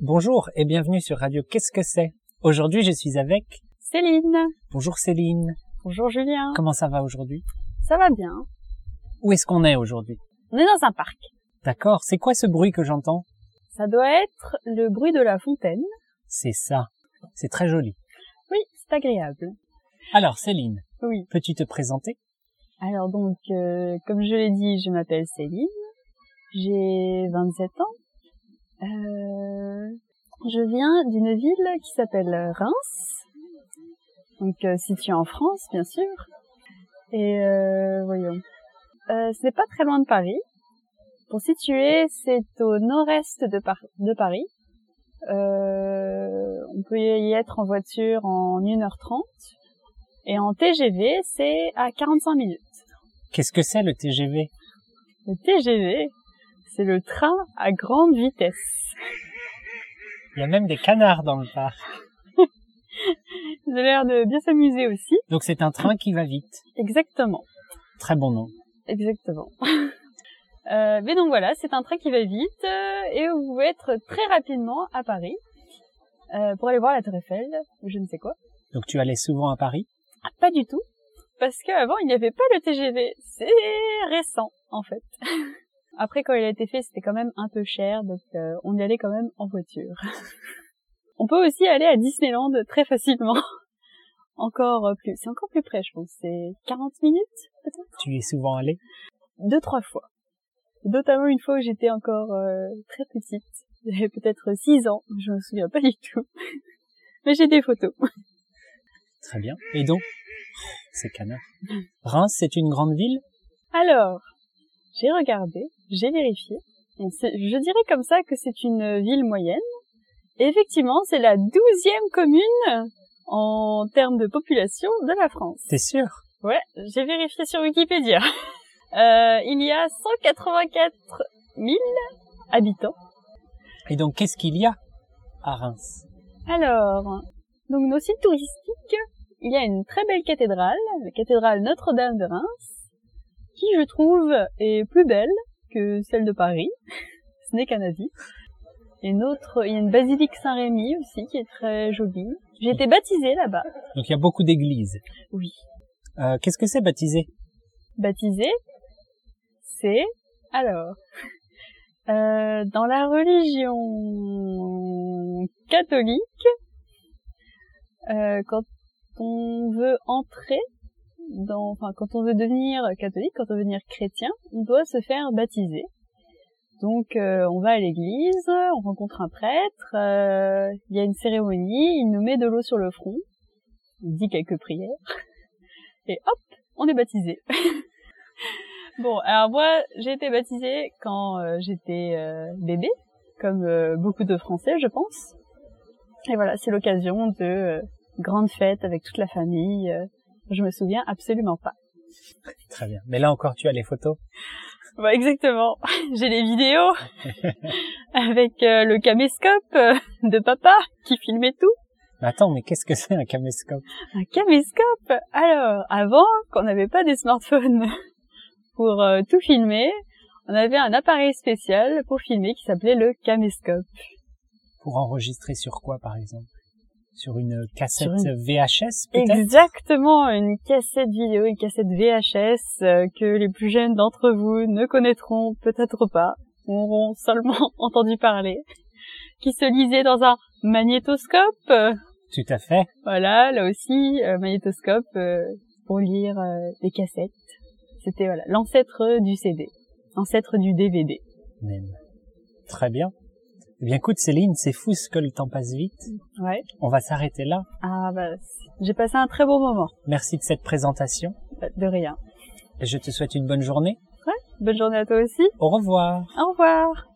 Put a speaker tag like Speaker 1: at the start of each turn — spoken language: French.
Speaker 1: Bonjour et bienvenue sur Radio Qu'est-ce que c'est Aujourd'hui, je suis avec
Speaker 2: Céline.
Speaker 1: Bonjour Céline.
Speaker 2: Bonjour Julien.
Speaker 1: Comment ça va aujourd'hui
Speaker 2: Ça va bien.
Speaker 1: Où est-ce qu'on est, aujourd'hui
Speaker 2: On est dans un parc.
Speaker 1: D'accord, c'est quoi ce bruit que j'entends
Speaker 2: Ça doit être le bruit de la fontaine.
Speaker 1: C'est ça. C'est très joli.
Speaker 2: Oui, c'est agréable.
Speaker 1: Alors Céline,
Speaker 2: Oui.
Speaker 1: peux-tu te présenter
Speaker 2: Alors donc, euh, comme je l'ai dit, je m'appelle Céline. J'ai 27 ans. Euh, je viens d'une ville qui s'appelle Reims. Donc euh, située en France, bien sûr. Et euh, voyons. Euh, ce n'est pas très loin de Paris. Pour situer, c'est au nord-est de, Par- de Paris. Euh, on peut y être en voiture en 1h30. Et en TGV, c'est à 45 minutes.
Speaker 1: Qu'est-ce que c'est le TGV
Speaker 2: Le TGV, c'est le train à grande vitesse.
Speaker 1: Il y a même des canards dans le parc.
Speaker 2: Ils ont l'air de bien s'amuser aussi.
Speaker 1: Donc c'est un train qui va vite.
Speaker 2: Exactement,
Speaker 1: Très bon nom.
Speaker 2: exactement. Euh, mais donc voilà, c'est un train qui va vite euh, et vous pouvez être très rapidement à Paris euh, pour aller voir la Tour Eiffel, ou je ne sais quoi.
Speaker 1: Donc tu allais souvent à Paris
Speaker 2: Ah, pas du tout, parce qu'avant il n'y avait pas le TGV. C'est récent en fait. Après quand il a été fait, c'était quand même un peu cher, donc euh, on y allait quand même en voiture. on peut aussi aller à Disneyland très facilement. Encore euh, plus, c'est encore plus près, je pense. C'est 40 minutes, peut-être,
Speaker 1: Tu y es souvent allé
Speaker 2: deux trois fois. Notamment une fois où j'étais encore euh, très petite, j'avais peut-être 6 ans, je me souviens pas du tout, mais j'ai des photos.
Speaker 1: Très bien. Et donc Ces canards. Reims, c'est une grande ville
Speaker 2: Alors, j'ai regardé, j'ai vérifié. Et c'est- je dirais comme ça que c'est une ville moyenne. Et effectivement, c'est la douzième commune en termes de population de la France.
Speaker 1: T'es sûr
Speaker 2: Ouais, j'ai vérifié sur Wikipédia. Euh, il y a 184 000 habitants.
Speaker 1: Et donc qu'est-ce qu'il y a à Reims
Speaker 2: Alors, donc nos sites touristiques, il y a une très belle cathédrale, la cathédrale Notre-Dame de Reims, qui je trouve est plus belle que celle de Paris. Ce n'est qu'un avis. Et une autre, il y a une basilique Saint-Rémy aussi qui est très jolie. J'ai été baptisée là-bas.
Speaker 1: Donc il y a beaucoup d'églises.
Speaker 2: Oui.
Speaker 1: Euh, qu'est-ce que c'est baptisé
Speaker 2: Baptisée, c'est alors euh, dans la religion catholique, euh, quand on veut entrer dans, enfin quand on veut devenir catholique, quand on veut devenir chrétien, on doit se faire baptiser. Donc euh, on va à l'église, on rencontre un prêtre, euh, il y a une cérémonie, il nous met de l'eau sur le front, il dit quelques prières, et hop, on est baptisé. bon, alors moi, j'ai été baptisée quand euh, j'étais euh, bébé, comme euh, beaucoup de Français, je pense. Et voilà, c'est l'occasion de euh, grandes fêtes avec toute la famille. euh, je me souviens absolument pas.
Speaker 1: Très bien. Mais là encore, tu as les photos
Speaker 2: Bah, exactement. J'ai les vidéos avec euh, le caméscope euh, de papa qui filmait tout.
Speaker 1: Mais Attends, mais qu'est-ce que c'est un caméscope
Speaker 2: Un caméscope Alors, avant, qu'on n'avait pas des smartphones pour euh, tout filmer, on avait un appareil spécial pour filmer qui s'appelait le caméscope.
Speaker 1: Pour enregistrer sur quoi, par exemple Sur une cassette
Speaker 2: Sur
Speaker 1: VHS, peut-être
Speaker 2: Exactement, une cassette vidéo, une cassette VHS euh, que les plus jeunes d'entre vous ne connaîtront peut-être pas, ou auront seulement entendu parler, qui se lisait dans un magnétoscope. euh,
Speaker 1: Tout à fait.
Speaker 2: Voilà, là aussi, euh, magnétoscope euh, pour lire euh, des cassettes. C'était voilà l'ancêtre du CD, l'ancêtre du DVD.
Speaker 1: Même. Très bien. Eh bien, écoute, Céline, c'est fou ce que le temps passe vite.
Speaker 2: Ouais.
Speaker 1: On va s'arrêter là.
Speaker 2: Ah bah, c- j'ai passé un très bon moment,
Speaker 1: Merci de cette présentation.
Speaker 2: Bah, de rien.
Speaker 1: Et je te souhaite une bonne journée.
Speaker 2: Bonne journée à toi aussi.
Speaker 1: Au revoir.
Speaker 2: Au revoir.